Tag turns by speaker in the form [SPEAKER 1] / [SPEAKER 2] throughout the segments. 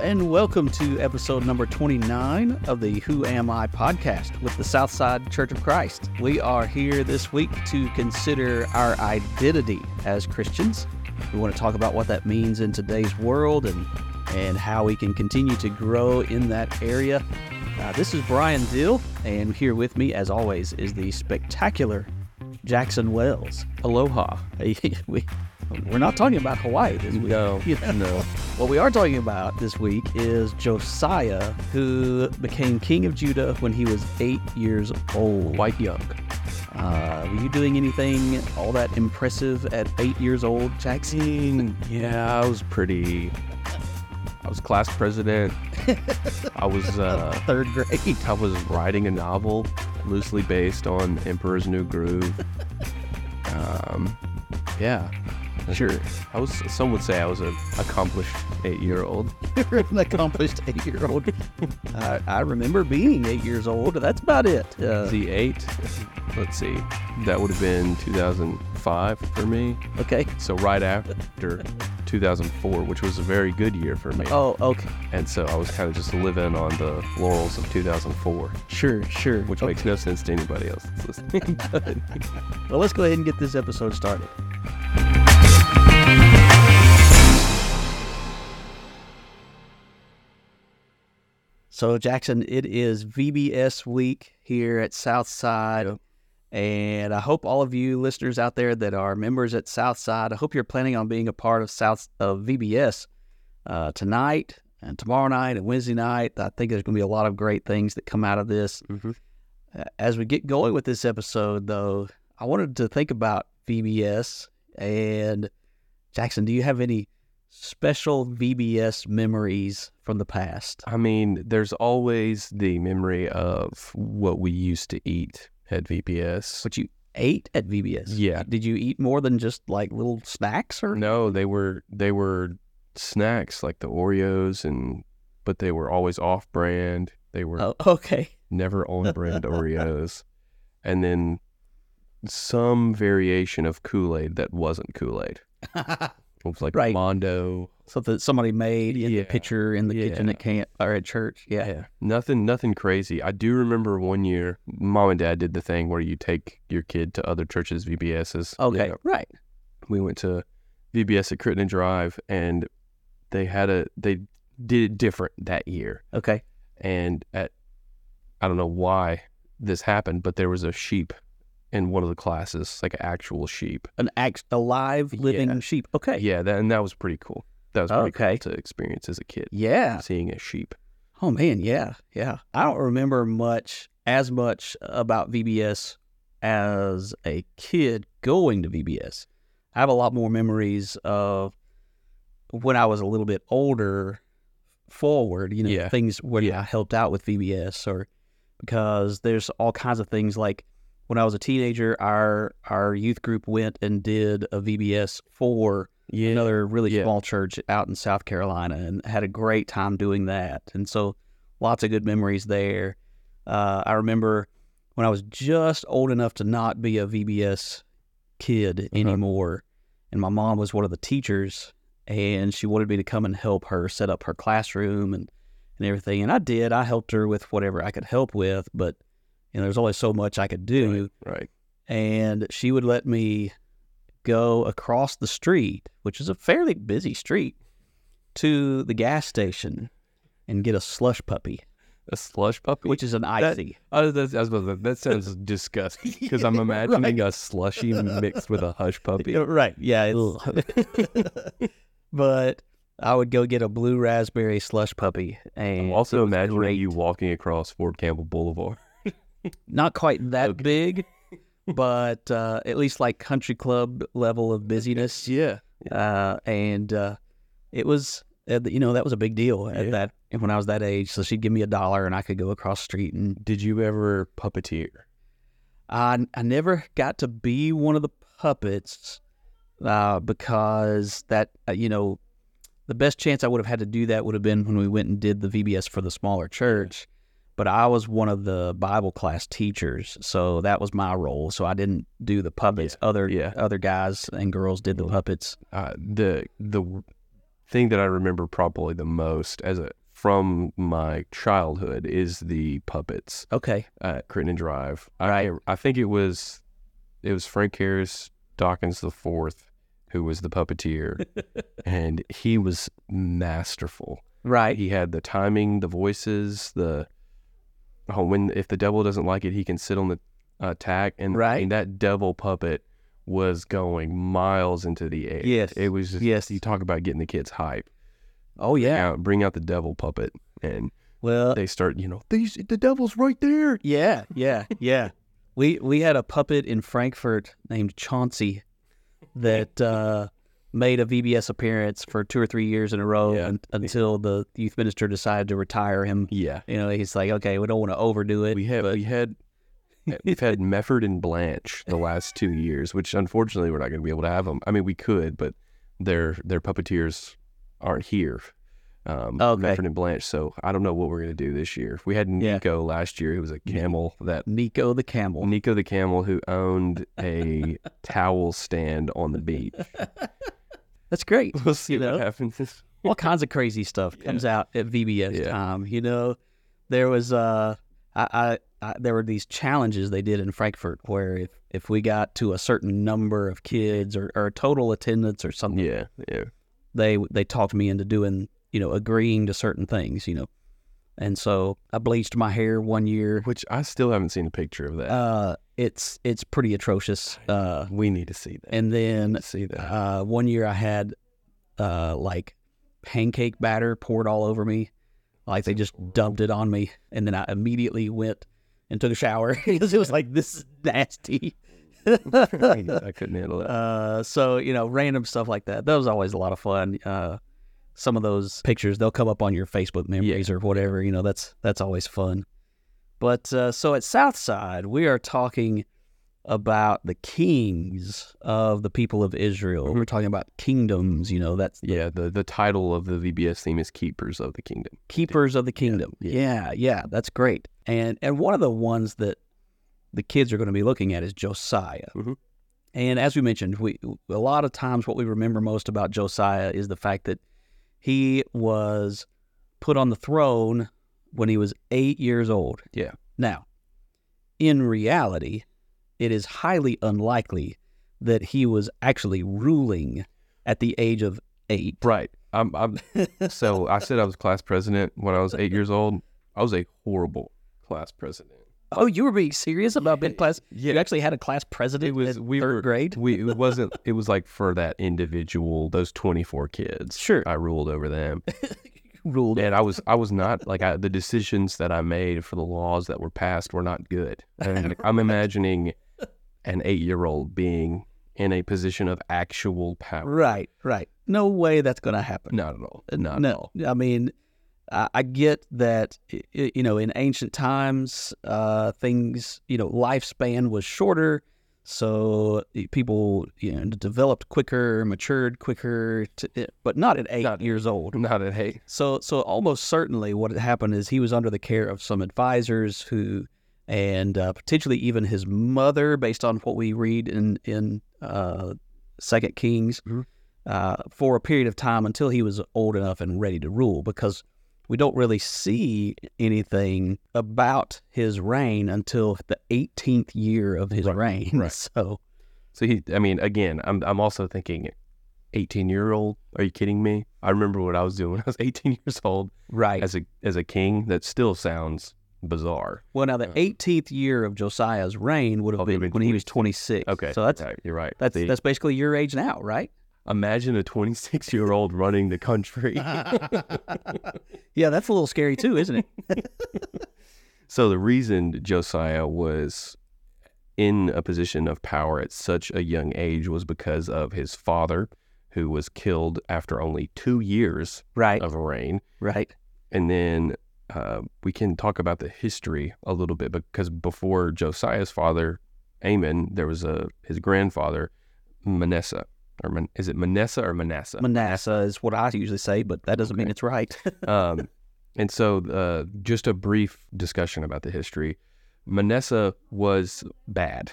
[SPEAKER 1] Welcome to episode number 29 of the Who Am I podcast with the Southside Church of Christ. We are here this week to consider our identity as Christians. We want to talk about what that means in today's world and, and how we can continue to grow in that area. Uh, this is Brian Dill, and here with me, as always, is the spectacular Jackson Wells. Aloha. we, we're not talking about Hawaii this week.
[SPEAKER 2] No,
[SPEAKER 1] You know?
[SPEAKER 2] no.
[SPEAKER 1] What we are talking about this week is Josiah, who became king of Judah when he was eight years old.
[SPEAKER 2] Quite young.
[SPEAKER 1] Uh, were you doing anything all that impressive at eight years old, Jackson?
[SPEAKER 2] Yeah, I was pretty. I was class president. I was uh,
[SPEAKER 1] Third grade.
[SPEAKER 2] I was writing a novel loosely based on Emperor's New Groove. Um, yeah, sure. I was. Some would say I was an accomplished eight-year-old.
[SPEAKER 1] You're an accomplished eight year old. I, I remember being eight years old. That's about it. Uh,
[SPEAKER 2] The eight. Let's see. That would have been 2005 for me.
[SPEAKER 1] okay.
[SPEAKER 2] So right after 2004, which was a very good year for me.
[SPEAKER 1] Oh, okay.
[SPEAKER 2] And so I was kind of just living on the laurels of 2004,
[SPEAKER 1] Sure, sure.
[SPEAKER 2] which
[SPEAKER 1] Okay.
[SPEAKER 2] makes no sense to anybody else that's listening. But
[SPEAKER 1] Well, let's go ahead and get this episode started. So, Jackson, it is VBS week here at Southside.
[SPEAKER 2] Yep.
[SPEAKER 1] And I hope all of you listeners out there that are members at Southside, I hope you're planning on being a part of South of VBS uh, tonight and tomorrow night and Wednesday night. I think there's going to be a lot of great things that come out of this. Uh, as we get going with this episode, though, I wanted to think about VBS. And Jackson, do you have any special VBS memories from the past?
[SPEAKER 2] I mean, there's always the memory of what we used to eat at VPS.
[SPEAKER 1] What you ate at VBS?
[SPEAKER 2] Yeah.
[SPEAKER 1] Did you eat more than just like little snacks or?
[SPEAKER 2] No, they were they were snacks like the Oreos and but they were always off brand. They were
[SPEAKER 1] Oh, okay.
[SPEAKER 2] never on brand Oreos. And then some variation of Kool-Aid that wasn't Kool-Aid. It was like
[SPEAKER 1] Right.
[SPEAKER 2] Mondo
[SPEAKER 1] Something that somebody made in
[SPEAKER 2] Yeah.
[SPEAKER 1] the pitcher in the kitchen
[SPEAKER 2] Yeah.
[SPEAKER 1] at camp or at church. Yeah.
[SPEAKER 2] Nothing, nothing crazy. I do remember one year, mom and dad did the thing where you take your kid to other churches' VBSs. You
[SPEAKER 1] Okay.
[SPEAKER 2] know,
[SPEAKER 1] Right.
[SPEAKER 2] we went to VBS at Crittenden Drive, and they had a they did it different that year.
[SPEAKER 1] Okay.
[SPEAKER 2] And at I don't know why this happened, but there was a sheep in one of the classes, like an actual sheep.
[SPEAKER 1] An act, a live living
[SPEAKER 2] Yeah.
[SPEAKER 1] sheep. Okay.
[SPEAKER 2] Yeah, that, and that was pretty cool. That was pretty
[SPEAKER 1] Okay.
[SPEAKER 2] cool to experience as a kid,
[SPEAKER 1] Yeah.
[SPEAKER 2] seeing a sheep.
[SPEAKER 1] Oh man, yeah, yeah. I don't remember much as much about VBS as a kid going to VBS. I have a lot more memories of when I was a little bit older forward, you know,
[SPEAKER 2] Yeah.
[SPEAKER 1] things where
[SPEAKER 2] Yeah.
[SPEAKER 1] I helped out with VBS or because there's all kinds of things like when I was a teenager, our our youth group went and did a VBS for
[SPEAKER 2] Yeah,
[SPEAKER 1] another really
[SPEAKER 2] Yeah.
[SPEAKER 1] small church out in South Carolina and had a great time doing that. And so lots of good memories there. Uh, I remember when I was just old enough to not be a VBS kid
[SPEAKER 2] Uh-huh.
[SPEAKER 1] anymore, and my mom was one of the teachers, and she wanted me to come and help her set up her classroom and, and everything. And I did. I helped her with whatever I could help with, but you know, there's only so much I could do
[SPEAKER 2] right.
[SPEAKER 1] and she would let me go across the street, which is a fairly busy street, to the gas station and get a slush puppy,
[SPEAKER 2] A slush puppy,
[SPEAKER 1] which is an icy.
[SPEAKER 2] Oh, that's, I was about to say, that sounds disgusting because I'm imagining a slushy mixed with a hush puppy.
[SPEAKER 1] Yeah, uh, right? Yeah. it's- but I would go get a blue raspberry slush puppy, and
[SPEAKER 2] I'm
[SPEAKER 1] it
[SPEAKER 2] also
[SPEAKER 1] was
[SPEAKER 2] imagining
[SPEAKER 1] great.
[SPEAKER 2] you walking across Fort Campbell Boulevard.
[SPEAKER 1] not quite that big, but uh, at least like country club level of busyness.
[SPEAKER 2] Yeah.
[SPEAKER 1] uh, and uh, it was uh, you know that was a big deal at
[SPEAKER 2] Yeah.
[SPEAKER 1] that and when I was that age. So she'd give me a dollar and I could go across the street and
[SPEAKER 2] Did you ever puppeteer?
[SPEAKER 1] I I never got to be one of the puppets uh, because that uh, you know the best chance I would have had to do that would have been when we went and did the VBS for the smaller church. But I was one of the Bible class teachers, so that was my role. So I didn't do the puppets. Other
[SPEAKER 2] yeah.
[SPEAKER 1] other guys and girls did the puppets.
[SPEAKER 2] Uh, the the w- thing that I remember probably the most as a from my childhood is the puppets
[SPEAKER 1] Okay.
[SPEAKER 2] at Crittenden Drive.
[SPEAKER 1] Right.
[SPEAKER 2] I, I think it was it was Frank Harris Dawkins the fourth who was the puppeteer, and he was masterful.
[SPEAKER 1] Right.
[SPEAKER 2] He had the timing, the voices, the oh, when if the devil doesn't like it, he can sit on the uh, tack, and,
[SPEAKER 1] Right.
[SPEAKER 2] and that devil puppet was going miles into the air.
[SPEAKER 1] Yes.
[SPEAKER 2] it was. Just,
[SPEAKER 1] Yes.
[SPEAKER 2] you talk about getting the kids hype.
[SPEAKER 1] Oh yeah.
[SPEAKER 2] Out, bring out the devil puppet, and
[SPEAKER 1] Well,
[SPEAKER 2] they start. You know, these the devil's right there.
[SPEAKER 1] yeah, yeah, yeah. we we had a puppet in Frankfurt named Chauncey that uh, made a VBS appearance for two or three years in a row
[SPEAKER 2] Yeah.
[SPEAKER 1] un- until the youth minister decided to retire him.
[SPEAKER 2] Yeah,
[SPEAKER 1] You know, he's like, okay, we don't want to overdo it.
[SPEAKER 2] we had we had eh, we've had Mefford and Blanche the last two years, which unfortunately we're not going to be able to have them. I mean, we could, but their their puppeteers aren't here. Um,
[SPEAKER 1] Okay.
[SPEAKER 2] Mefford and Blanche. So I don't know what we're going to do this year. We had
[SPEAKER 1] Yeah. Mm-hmm.
[SPEAKER 2] Nico last year, who was a camel that.
[SPEAKER 1] Nico the camel.
[SPEAKER 2] Nico the camel who owned a towel stand on the beach.
[SPEAKER 1] That's great.
[SPEAKER 2] We'll see
[SPEAKER 1] You know?
[SPEAKER 2] what happens.
[SPEAKER 1] all kinds of crazy stuff comes out at VBS
[SPEAKER 2] Yeah.
[SPEAKER 1] time. You know, there was uh, I, I, I there were these challenges they did in Frankfurt where if if we got to a certain number of kids or, or total attendance or something,
[SPEAKER 2] Um, Yeah, yeah,
[SPEAKER 1] they they talked me into doing you know agreeing to certain things. You know, and so I bleached my hair one year.
[SPEAKER 2] which I still haven't seen a picture of that.
[SPEAKER 1] Uh, it's it's pretty atrocious. Uh,
[SPEAKER 2] we need to see that.
[SPEAKER 1] and then
[SPEAKER 2] see that.
[SPEAKER 1] uh, one year I had uh, like pancake batter poured all over me. Like they just dumped it on me. And then I immediately went and took a shower because it was like, this is nasty.
[SPEAKER 2] I couldn't handle that.
[SPEAKER 1] uh, so, you know, random stuff like that. That was always a lot of fun. Uh, some of those pictures, they'll come up on your Facebook memories or whatever. You know, that's that's always fun. But uh, so at Southside, we are talking about the kings of the people of Israel. We're talking about kingdoms. You know, that's
[SPEAKER 2] Yeah, the, the title of the VBS theme is Keepers of the Kingdom.
[SPEAKER 1] keepers of the kingdom. Yeah, yeah, that's great. And and one of the ones that the kids are going to be looking at is Josiah.
[SPEAKER 2] Mhm.
[SPEAKER 1] And as we mentioned, we a lot of times what we remember most about Josiah is the fact that he was put on the throne when he was 8 years old.
[SPEAKER 2] Yeah.
[SPEAKER 1] Now, in reality, it is highly unlikely that he was actually ruling at the age of 8.
[SPEAKER 2] Right. I'm, I'm so I said I was class president when I was eight years old. I was a horrible class president.
[SPEAKER 1] Oh, you were being serious about mid class?
[SPEAKER 2] Yeah.
[SPEAKER 1] You actually had a class president
[SPEAKER 2] It was
[SPEAKER 1] in
[SPEAKER 2] we
[SPEAKER 1] third
[SPEAKER 2] were
[SPEAKER 1] grade?
[SPEAKER 2] We it wasn't it was like for that individual, those twenty four kids.
[SPEAKER 1] Sure.
[SPEAKER 2] I ruled over them.
[SPEAKER 1] Ruled.
[SPEAKER 2] And I was I was not like I, the decisions that I made for the laws that were passed were not good. And I'm imagining an eight year old being in a position of actual power.
[SPEAKER 1] Right, right. No way that's going to happen.
[SPEAKER 2] Not at all. Not at all.
[SPEAKER 1] no. I mean, I, I get that, y- y- you know, in ancient times, uh, things, you know, lifespan was shorter. So y- people, you know, developed quicker, matured quicker, to, but not at eight
[SPEAKER 2] Not-
[SPEAKER 1] years old.
[SPEAKER 2] Not at eight.
[SPEAKER 1] So, so almost certainly, what had happened is he was under the care of some advisors who, and uh, potentially even his mother, based on what we read in in uh, Second Kings,
[SPEAKER 2] Mhm.
[SPEAKER 1] uh, for a period of time until he was old enough and ready to rule. Because we don't really see anything about his reign until the 18th year of his reign.
[SPEAKER 2] right.
[SPEAKER 1] So,
[SPEAKER 2] So he, I mean, again, I'm I'm also thinking, 18 year old. Are you kidding me? I remember what I was doing when I was 18 years old
[SPEAKER 1] right.
[SPEAKER 2] as a as a king. That still sounds bizarre.
[SPEAKER 1] Well, now the 18th year of Josiah's reign would have
[SPEAKER 2] Oh,
[SPEAKER 1] been,
[SPEAKER 2] they've been
[SPEAKER 1] when he was 26.
[SPEAKER 2] Okay,
[SPEAKER 1] So that's
[SPEAKER 2] okay, you're right.
[SPEAKER 1] That's
[SPEAKER 2] See,
[SPEAKER 1] that's basically your age now, right?
[SPEAKER 2] imagine a 26 year old running the country.
[SPEAKER 1] Yeah, that's a little scary too, isn't it?
[SPEAKER 2] so the reason Josiah was in a position of power at such a young age was because of his father, who was killed after only two years
[SPEAKER 1] Right,
[SPEAKER 2] of reign.
[SPEAKER 1] right,
[SPEAKER 2] and then uh, we can talk about the history a little bit because before Josiah's father, Amon, there was a his grandfather, Manasseh, or Man, is it Manasseh or Manasseh?
[SPEAKER 1] Manasseh is what I usually say, but that doesn't mean it's right.
[SPEAKER 2] um, and so, uh, just a brief discussion about the history. Manasseh was bad,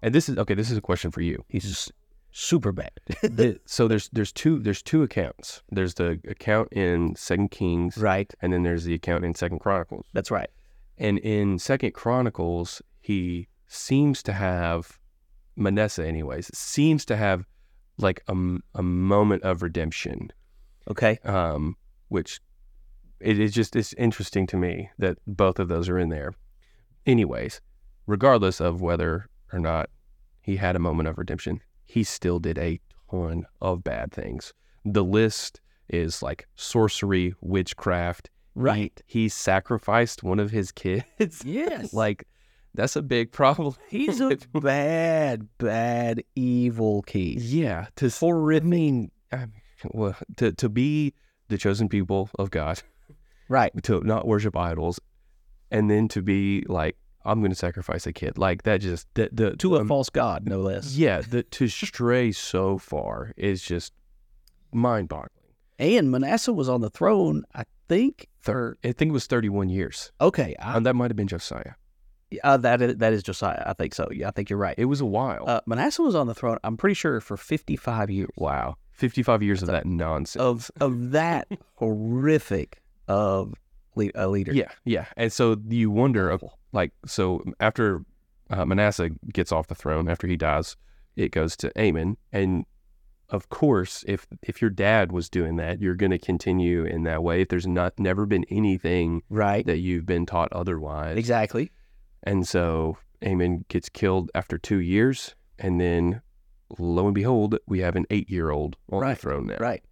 [SPEAKER 2] and this is okay. This is a question for you.
[SPEAKER 1] He's just super bad.
[SPEAKER 2] The- so there's there's two there's two accounts. There's the account in Second Kings,
[SPEAKER 1] right.
[SPEAKER 2] and then there's the account in Second Chronicles.
[SPEAKER 1] That's right.
[SPEAKER 2] And in Second Chronicles, he seems to have Manasseh, anyways, seems to have like a, m- a moment of redemption,
[SPEAKER 1] Okay.
[SPEAKER 2] um, which it is just it's interesting to me that both of those are in there. Anyways, regardless of whether or not he had a moment of redemption, he still did a ton of bad things. The list is like sorcery, witchcraft.
[SPEAKER 1] Right.
[SPEAKER 2] He sacrificed one of his kids.
[SPEAKER 1] Yes.
[SPEAKER 2] Like that's a big problem.
[SPEAKER 1] he's a bad, bad, evil key.
[SPEAKER 2] yeah to horrific. I mean, I mean, well, to to be the chosen people of God,
[SPEAKER 1] Right.
[SPEAKER 2] to not worship idols, and then to be like, I'm going to sacrifice a kid. Like that just the the
[SPEAKER 1] To a
[SPEAKER 2] um,
[SPEAKER 1] false god, no less.
[SPEAKER 2] yeah the, to stray so far is just mind boggling.
[SPEAKER 1] And Manasseh was on the throne, I think.
[SPEAKER 2] Third, I think it was 31 years,
[SPEAKER 1] Okay, I,
[SPEAKER 2] and that might have been Josiah.
[SPEAKER 1] uh, that is, that is Josiah. I think so. Yeah, I think you're right.
[SPEAKER 2] It was a while.
[SPEAKER 1] Uh, Manasseh was on the throne. I'm pretty sure for 55 years.
[SPEAKER 2] wow, 55 years of that nonsense.
[SPEAKER 1] of of that horrific of le- a leader.
[SPEAKER 2] Yeah, yeah. And so you wonder, uh, like, so after uh, Manasseh gets off the throne, after he dies, it goes to Amon, and of course, if if your dad was doing that, you're going to continue in that way. If there's not never been anything
[SPEAKER 1] Right.
[SPEAKER 2] that you've been taught otherwise,
[SPEAKER 1] Exactly.
[SPEAKER 2] and so Amon gets killed after two years, and then lo and behold, we have an eight year old on
[SPEAKER 1] Right,
[SPEAKER 2] the throne now.
[SPEAKER 1] Right.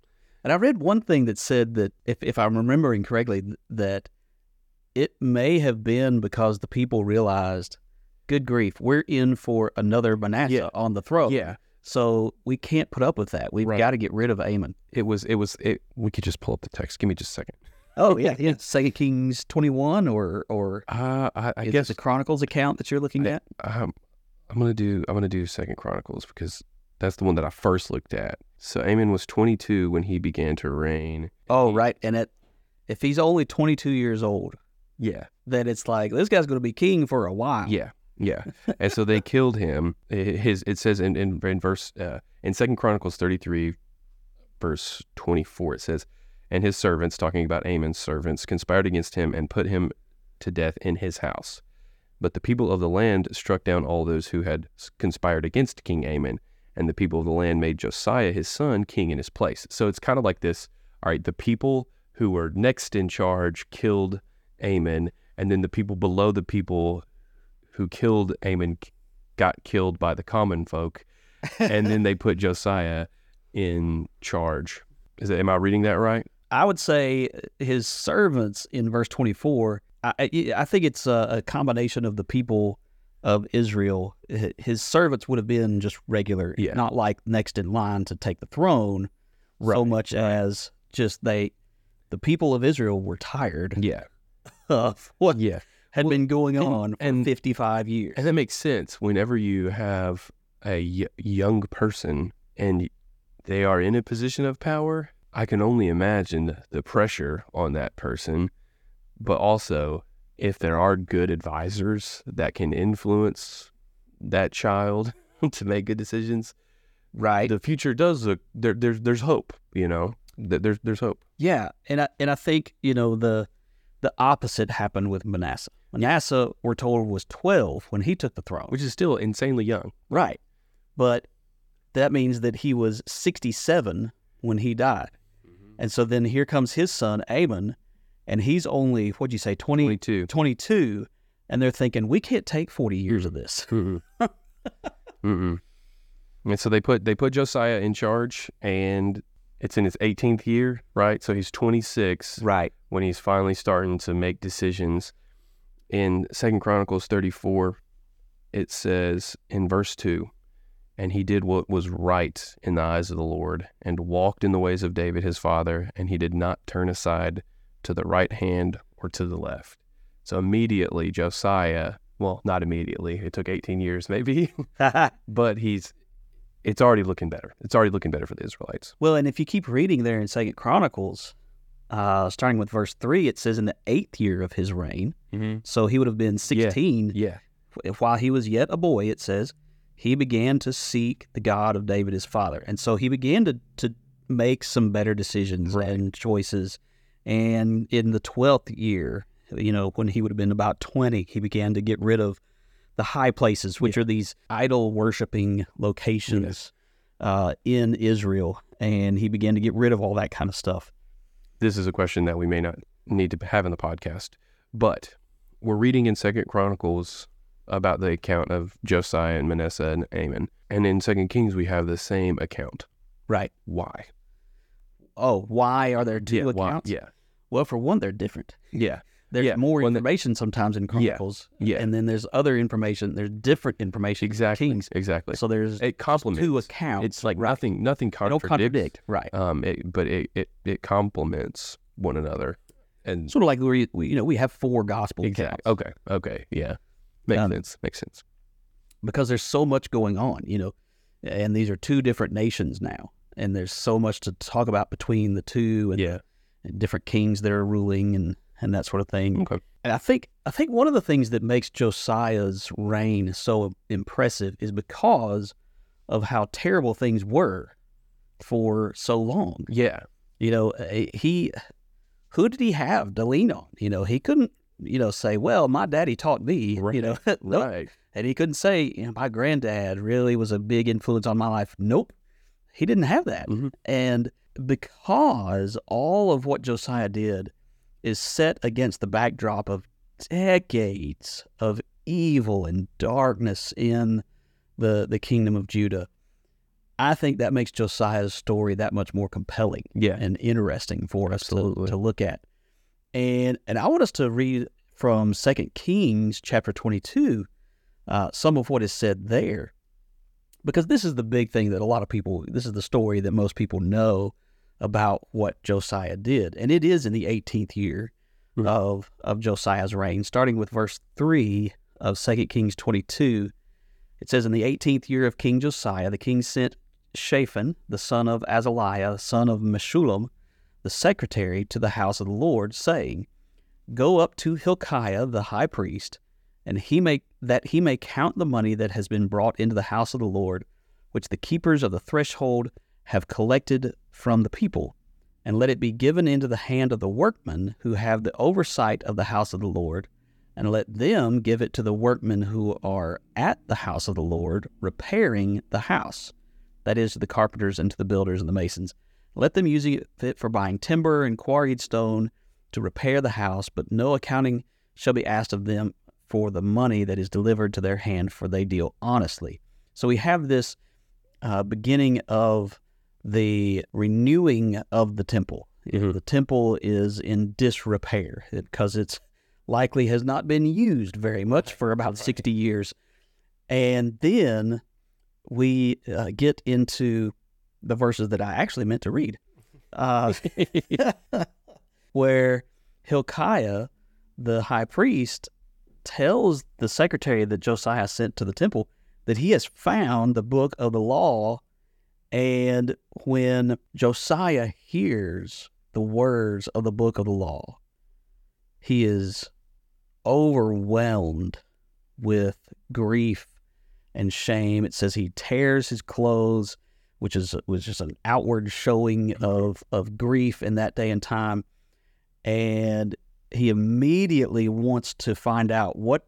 [SPEAKER 1] And I read one thing that said that if if I'm remembering correctly th- that it may have been because the people realized good grief, we're in for another Manasseh
[SPEAKER 2] Yeah.
[SPEAKER 1] on the throne.
[SPEAKER 2] Yeah,
[SPEAKER 1] So we can't put up with that. We've
[SPEAKER 2] Right.
[SPEAKER 1] got to get rid of Amon.
[SPEAKER 2] it was. It was. It, we could just pull up the text. Give me just a second.
[SPEAKER 1] Oh yeah, yeah. Second Kings twenty one or or
[SPEAKER 2] Uh, I, I
[SPEAKER 1] is it
[SPEAKER 2] guess
[SPEAKER 1] the Chronicles account that you're looking
[SPEAKER 2] I-
[SPEAKER 1] at.
[SPEAKER 2] um, I'm gonna do I'm gonna do Second Chronicles because that's the one that I first looked at. So Amon was 22 when he began to reign.
[SPEAKER 1] Oh right, and it if he's only twenty two years old,
[SPEAKER 2] Yeah,
[SPEAKER 1] then it's like this guy's going to be king for a while.
[SPEAKER 2] yeah, yeah. and so they killed him. I- His it says in in, in verse uh, in Second Chronicles 33, verse 24, it says, and his servants, talking about Amon's servants, conspired against him and put him to death in his house. But the people of the land struck down all those who had s- conspired against King Amon, and the people of the land made Josiah his son king in his place. So it's kind of like this all right, the people who were next in charge killed Amon, and then the people below the people who killed Amon k- got killed by the common folk, and then they put Josiah in charge. Is it, am I reading that right?
[SPEAKER 1] I would say uh, his servants in verse 24, I, I- I think it's a, a combination of the people of Israel. H- His servants would have been just regular,
[SPEAKER 2] Yeah.
[SPEAKER 1] not like next in line to take the throne so
[SPEAKER 2] Right,
[SPEAKER 1] much as just they, the people of Israel were tired
[SPEAKER 2] Yeah.
[SPEAKER 1] of what
[SPEAKER 2] Yeah.
[SPEAKER 1] had
[SPEAKER 2] Well,
[SPEAKER 1] been going
[SPEAKER 2] and-
[SPEAKER 1] on for
[SPEAKER 2] and-
[SPEAKER 1] 55 years.
[SPEAKER 2] And that makes sense whenever you have a y- young person and they are in a position of power. I can only imagine the pressure on that person, but also if there are good advisors that can influence that child to make good decisions,
[SPEAKER 1] right.
[SPEAKER 2] the future does look there. There's there's hope, you know. There- There's there's hope.
[SPEAKER 1] Yeah, and I and I think you know the the opposite happened with Manasseh. Manasseh, we're told, was twelve when he took the throne.
[SPEAKER 2] which is still insanely young.
[SPEAKER 1] right, but that means that he was sixty-seven when he died, and so then here comes his son Amon, and he's only what'd you say 20,
[SPEAKER 2] 22.
[SPEAKER 1] 22, and they're thinking we can't take forty years of this.
[SPEAKER 2] Mm-mm. Mm-mm. And so they put they put Josiah in charge, and it's in his 18th year, right? So he's 26
[SPEAKER 1] Right.
[SPEAKER 2] when he's finally starting to make decisions. In Second Chronicles 34, it says in verse two, and he did what was right in the eyes of the Lord, and walked in the ways of David his father, and he did not turn aside to the right hand or to the left. So immediately Josiah, well, not immediately, it took 18 years maybe, but he's it's already looking better. It's already looking better for the Israelites.
[SPEAKER 1] Well, and if you keep reading there in Second Chronicles, uh, starting with verse three, it says in the eighth year of his reign.
[SPEAKER 2] Mm-hmm.
[SPEAKER 1] So he would have been 16
[SPEAKER 2] Yeah.
[SPEAKER 1] while he was yet a boy, it says. he began to seek the God of David, his father. And so he began to, to make some better decisions
[SPEAKER 2] Right.
[SPEAKER 1] and choices. And in the 12th year, you know, when he would have been about 20, he began to get rid of the high places, which are these idol worshiping locations uh, in Israel. And he began to get rid of all that kind of stuff.
[SPEAKER 2] this is a question that we may not need to have in the podcast, but we're reading in Second Chronicles about the account of Josiah and Manasseh and Amon, and in Second Kings we have the same account.
[SPEAKER 1] Right.
[SPEAKER 2] Why?
[SPEAKER 1] Oh, why are there two
[SPEAKER 2] yeah, why-
[SPEAKER 1] accounts?
[SPEAKER 2] yeah,
[SPEAKER 1] Well, for one, they're different.
[SPEAKER 2] yeah,
[SPEAKER 1] There's
[SPEAKER 2] Yeah,
[SPEAKER 1] more
[SPEAKER 2] well, the-
[SPEAKER 1] information sometimes in Chronicles,
[SPEAKER 2] yeah.
[SPEAKER 1] and then there's other information. There's different information. in
[SPEAKER 2] exactly,
[SPEAKER 1] Kings.
[SPEAKER 2] exactly.
[SPEAKER 1] So there's
[SPEAKER 2] it complements.
[SPEAKER 1] two accounts.
[SPEAKER 2] it's like
[SPEAKER 1] right.
[SPEAKER 2] nothing, nothing
[SPEAKER 1] They don't contradict.
[SPEAKER 2] contradicts.
[SPEAKER 1] Right.
[SPEAKER 2] Um, it, but it it it complements one another, and
[SPEAKER 1] Sort of like we, we, you know, we have four gospel
[SPEAKER 2] exactly. Oh.
[SPEAKER 1] accounts
[SPEAKER 2] Okay, okay, yeah, makes
[SPEAKER 1] Um,
[SPEAKER 2] sense. Makes sense.
[SPEAKER 1] because there's so much going on, you know, and these are two different nations now, and there's so much to talk about between the two, and,
[SPEAKER 2] Yeah.
[SPEAKER 1] and different kings that are ruling, and and that sort of thing.
[SPEAKER 2] Okay.
[SPEAKER 1] And I think I think one of the things that makes Josiah's reign so impressive is because of how terrible things were for so long.
[SPEAKER 2] Yeah.
[SPEAKER 1] You know, eh, he who did he have to lean on? You know, he couldn't you know say, "Well, my daddy taught me." You know, Nope.
[SPEAKER 2] Right.
[SPEAKER 1] and he couldn't say, you know, "My granddad really was a big influence on my life." Nope, he didn't have that.
[SPEAKER 2] Mhm.
[SPEAKER 1] And because all of what Josiah did is set against the backdrop of decades of evil and darkness in the the kingdom of Judah, I think that makes Josiah's story that much more compelling
[SPEAKER 2] Yeah.
[SPEAKER 1] and interesting for us to,
[SPEAKER 2] Absolutely.
[SPEAKER 1] to look at. And and I want us to read from Second Kings chapter 22 uh, some of what is said there because this is the big thing that a lot of people this is the story that most people know about what Josiah did and it is in the 18th year
[SPEAKER 2] Mhm.
[SPEAKER 1] of of Josiah's reign starting with verse 3 of 2 Kings 22 it says in the 18th year of King Josiah the king sent Shaphan the son of Azaliah son of Meshullam the secretary to the house of the Lord saying go up to Hilkiah the high priest and he may that he may count the money that has been brought into the house of the Lord, which the keepers of the threshold have collected from the people, and let it be given into the hand of the workmen who have the oversight of the house of the Lord, and let them give it to the workmen who are at the house of the Lord repairing the house, that is, to the carpenters and to the builders and the masons. Let them use it for buying timber and quarried stone to repair the house, but no accounting shall be asked of them for the money that is delivered to their hand, for they deal honestly. So we have this uh, beginning of the renewing of the temple.
[SPEAKER 2] Mhm.
[SPEAKER 1] The temple is in disrepair because it's likely has not been used very much for about 60 years. And then we uh, get into the verses that I actually meant to read, uh, where Hilkiah, the high priest, tells the secretary that Josiah sent to the temple that he has found the book of the law. And when Josiah hears the words of the book of the law, he is overwhelmed with grief and shame. It says he tears his clothes, which is was just an outward showing of of grief in that day and time, and he immediately wants to find out what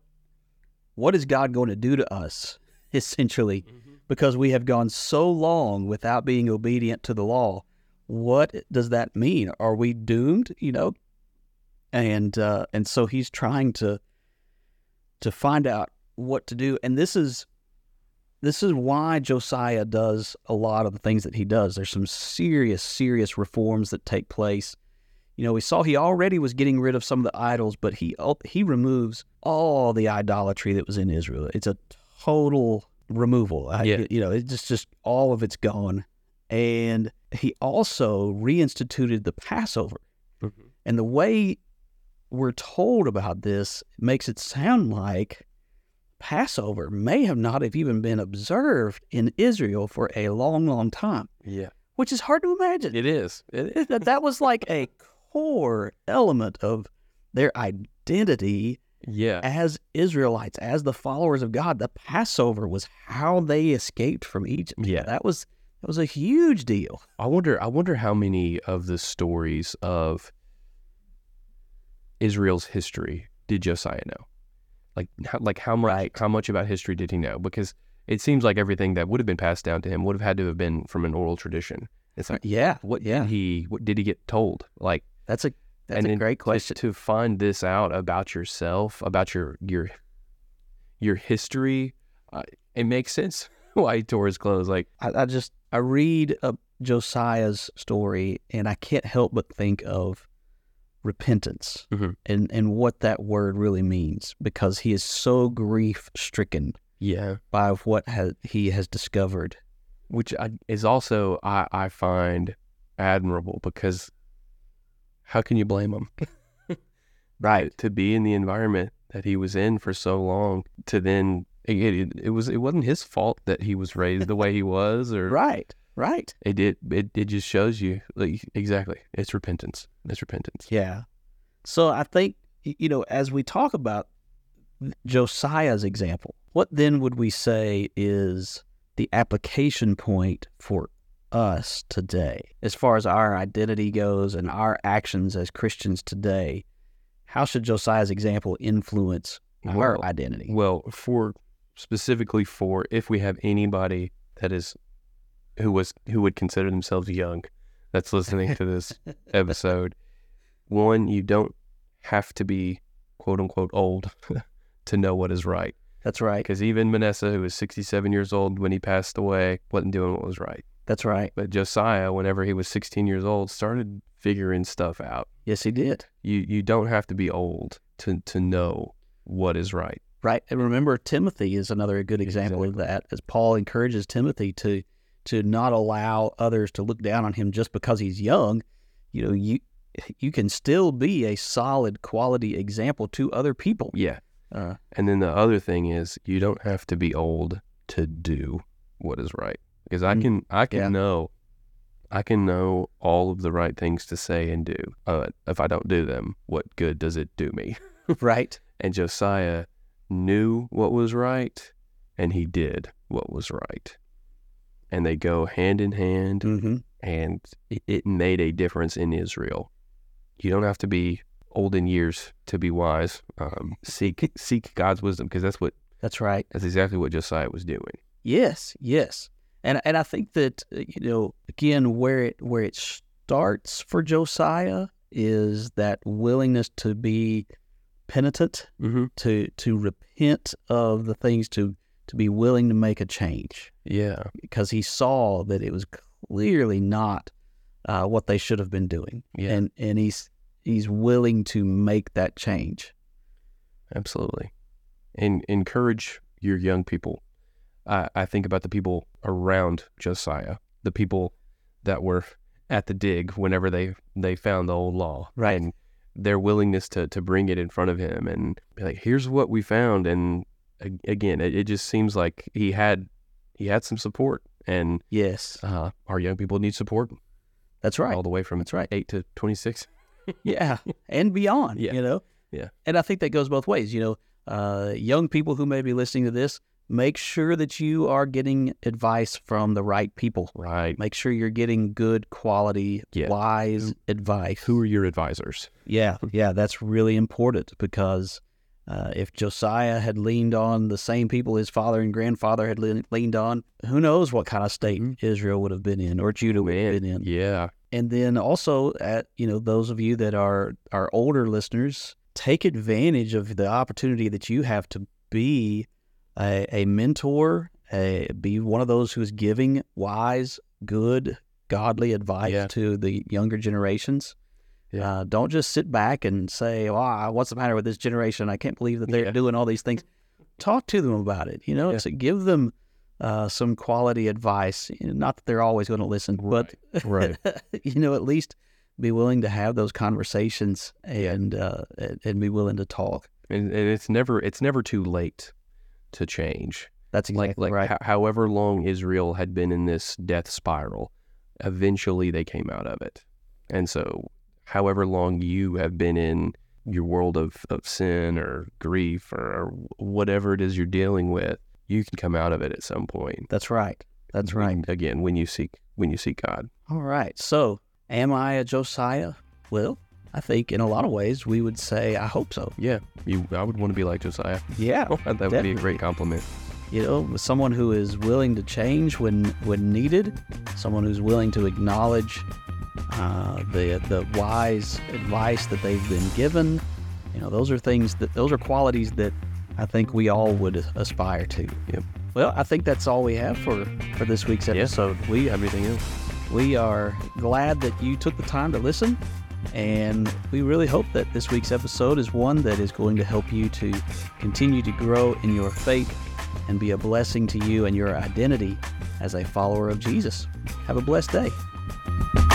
[SPEAKER 1] what is God going to do to us essentially
[SPEAKER 2] Mm-hmm.
[SPEAKER 1] because we have gone so long without being obedient to the law. What does that mean? Are we doomed? You know, and uh, and so he's trying to to find out what to do. And this is this is why Josiah does a lot of the things that he does. There's some serious, serious reforms that take place. You know, we saw he already was getting rid of some of the idols, but he he removes all the idolatry that was in Israel. It's a total removal. I-
[SPEAKER 2] Yeah.
[SPEAKER 1] you know, it's just just all of it's gone. And he also reinstituted the Passover.
[SPEAKER 2] Mm-hmm.
[SPEAKER 1] And the way we're told about this makes it sound like Passover may have not have even been observed in Israel for a long, long time,
[SPEAKER 2] Yeah.
[SPEAKER 1] which is hard to imagine.
[SPEAKER 2] It is. It is.
[SPEAKER 1] that that was like a core element of their identity
[SPEAKER 2] Yeah.
[SPEAKER 1] as Israelites, as the followers of God, the Passover was how they escaped from Egypt.
[SPEAKER 2] Yeah.
[SPEAKER 1] That was that was a huge deal.
[SPEAKER 2] I wonder I wonder how many of the stories of Israel's history did Josiah know? Like how, like how much
[SPEAKER 1] Right.
[SPEAKER 2] how much about history did he know? Because it seems like everything that would have been passed down to him would have had to have been from an oral tradition. It's like
[SPEAKER 1] Yeah.
[SPEAKER 2] what
[SPEAKER 1] Yeah.
[SPEAKER 2] did he what did he get told? Like
[SPEAKER 1] That's a that's
[SPEAKER 2] and
[SPEAKER 1] a
[SPEAKER 2] then
[SPEAKER 1] great
[SPEAKER 2] to-
[SPEAKER 1] question.
[SPEAKER 2] to find this out about yourself, about your your your history. Uh, it makes sense why he tore his clothes. Like
[SPEAKER 1] I, I just I read uh Josiah's story and I can't help but think of repentance
[SPEAKER 2] Mhm.
[SPEAKER 1] and and what that word really means because he is so grief stricken
[SPEAKER 2] yeah,
[SPEAKER 1] by what has, he has discovered.
[SPEAKER 2] which I, is also I, I find admirable because how can you blame him
[SPEAKER 1] Right.
[SPEAKER 2] to be in the environment that he was in for so long to then it, it, it was it wasn't his fault that he was raised the way he was or
[SPEAKER 1] Right. Right.
[SPEAKER 2] it did it, it just shows you like exactly it's repentance it's repentance
[SPEAKER 1] Yeah. So I think, y- you know, as we talk about Josiah's example, what then would we say is the application point for us today as far as our identity goes and our actions as Christians today? How should Josiah's example influence our
[SPEAKER 2] Well,
[SPEAKER 1] identity?
[SPEAKER 2] Well, for specifically for if we have anybody that is who was who would consider themselves young that's listening to this episode, one you don't have to be quote unquote old to know what is right
[SPEAKER 1] That's right.
[SPEAKER 2] because even Manasseh, who was 67 years old when he passed away, wasn't doing what was right.
[SPEAKER 1] That's right.
[SPEAKER 2] But Josiah, whenever he was 16 years old, started figuring stuff out.
[SPEAKER 1] Yes, he did.
[SPEAKER 2] You you don't have to be old to to know what is right.
[SPEAKER 1] Right. And remember, Timothy is another good example of that, as Paul encourages Timothy to to not allow others to look down on him just because he's young. You know, you you can still be a solid quality example to other people.
[SPEAKER 2] Yeah.
[SPEAKER 1] Uh,
[SPEAKER 2] And then the other thing is you don't have to be old to do what is right. Because I
[SPEAKER 1] Mm.
[SPEAKER 2] can I can
[SPEAKER 1] Yeah.
[SPEAKER 2] know I can know all of the right things to say and do. But if I don't do them, what good does it do me?
[SPEAKER 1] Uh, right.
[SPEAKER 2] And Josiah knew what was right and he did what was right. And they go hand in hand
[SPEAKER 1] hmm
[SPEAKER 2] and it- it made a difference in Israel. You don't have to be old in years to be wise. Um, seek seek God's wisdom because that's what
[SPEAKER 1] That's right.
[SPEAKER 2] that's exactly what Josiah was doing.
[SPEAKER 1] Yes, yes, and and I think that uh, you know again where it where it starts for Josiah is that willingness to be penitent
[SPEAKER 2] Mm-hmm.
[SPEAKER 1] to to repent of the things to to be willing to make a change
[SPEAKER 2] Yeah,
[SPEAKER 1] because he saw that it was clearly not uh, what they should have been doing
[SPEAKER 2] Yeah.
[SPEAKER 1] and and he's he's willing to make that change
[SPEAKER 2] absolutely. And encourage your young people. I, I think about the people around Josiah, the people that were at the dig whenever they, they found the old law.
[SPEAKER 1] Right.
[SPEAKER 2] And their willingness to, to bring it in front of him and be like, here's what we found. And a- again, it, it just seems like he had he had some support. And
[SPEAKER 1] yes
[SPEAKER 2] uh, our young people need support
[SPEAKER 1] that's right
[SPEAKER 2] all the way from
[SPEAKER 1] That's right.
[SPEAKER 2] 8 to 26.
[SPEAKER 1] yeah and beyond
[SPEAKER 2] Yeah.
[SPEAKER 1] you know
[SPEAKER 2] Yeah.
[SPEAKER 1] and i think that goes both ways you know uh, young people who may be listening to this make sure that you are getting advice from the right people
[SPEAKER 2] Right.
[SPEAKER 1] make sure you're getting good quality
[SPEAKER 2] Yeah.
[SPEAKER 1] wise
[SPEAKER 2] Who-
[SPEAKER 1] advice
[SPEAKER 2] Who are your advisors?
[SPEAKER 1] Yeah, yeah, that's really important because uh, if Josiah had leaned on the same people his father and grandfather had lean- leaned on, who knows what kind of state
[SPEAKER 2] Mhm.
[SPEAKER 1] Israel would have been in or Judah would have
[SPEAKER 2] Man,
[SPEAKER 1] been in.
[SPEAKER 2] Yeah.
[SPEAKER 1] And then also, at you know, those of you that are are older listeners, take advantage of the opportunity that you have to be a, a mentor, a, be one of those who is giving wise, good, godly advice
[SPEAKER 2] Yeah.
[SPEAKER 1] to the younger generations.
[SPEAKER 2] Yeah.
[SPEAKER 1] Uh, don't just sit back and say, "Wow, what's the matter with this generation? I can't believe that they're
[SPEAKER 2] Yeah.
[SPEAKER 1] doing all these things." Talk to them about it. You know,
[SPEAKER 2] Yeah.
[SPEAKER 1] so give them uh, some quality advice. You know, not that they're always going to listen, but
[SPEAKER 2] Right.
[SPEAKER 1] you know, at least be willing to have those conversations and uh, and- and be willing to talk.
[SPEAKER 2] and, and it's never it's never too late to change.
[SPEAKER 1] That's exactly
[SPEAKER 2] like like
[SPEAKER 1] right.
[SPEAKER 2] ho- however long Israel had been in this death spiral, eventually they came out of it. And so however long you have been in your world of, of sin or grief or, or whatever it is you're dealing with, you can come out of it at some point.
[SPEAKER 1] That's right. That's
[SPEAKER 2] Mm-hmm.
[SPEAKER 1] right.
[SPEAKER 2] Again, when you seek when you seek God.
[SPEAKER 1] All right. So, am I a Josiah? Well, I think in a lot of ways we would say, I hope so.
[SPEAKER 2] Yeah, you. I would want to be like Josiah.
[SPEAKER 1] Yeah.
[SPEAKER 2] that would be a great compliment.
[SPEAKER 1] you know someone who is willing to change when when needed someone who's willing to acknowledge uh, the the wise advice that they've been given you know those are things that those are qualities that i think we all would aspire to
[SPEAKER 2] Yep.
[SPEAKER 1] well i think that's all we have for for this week's
[SPEAKER 2] Yeah.
[SPEAKER 1] episode we
[SPEAKER 2] We everything else.
[SPEAKER 1] we are glad that you took the time to listen, and we really hope that this week's episode is one that is going to help you to continue to grow in your faith and be a blessing to you and your identity as a follower of Jesus. Have a blessed day.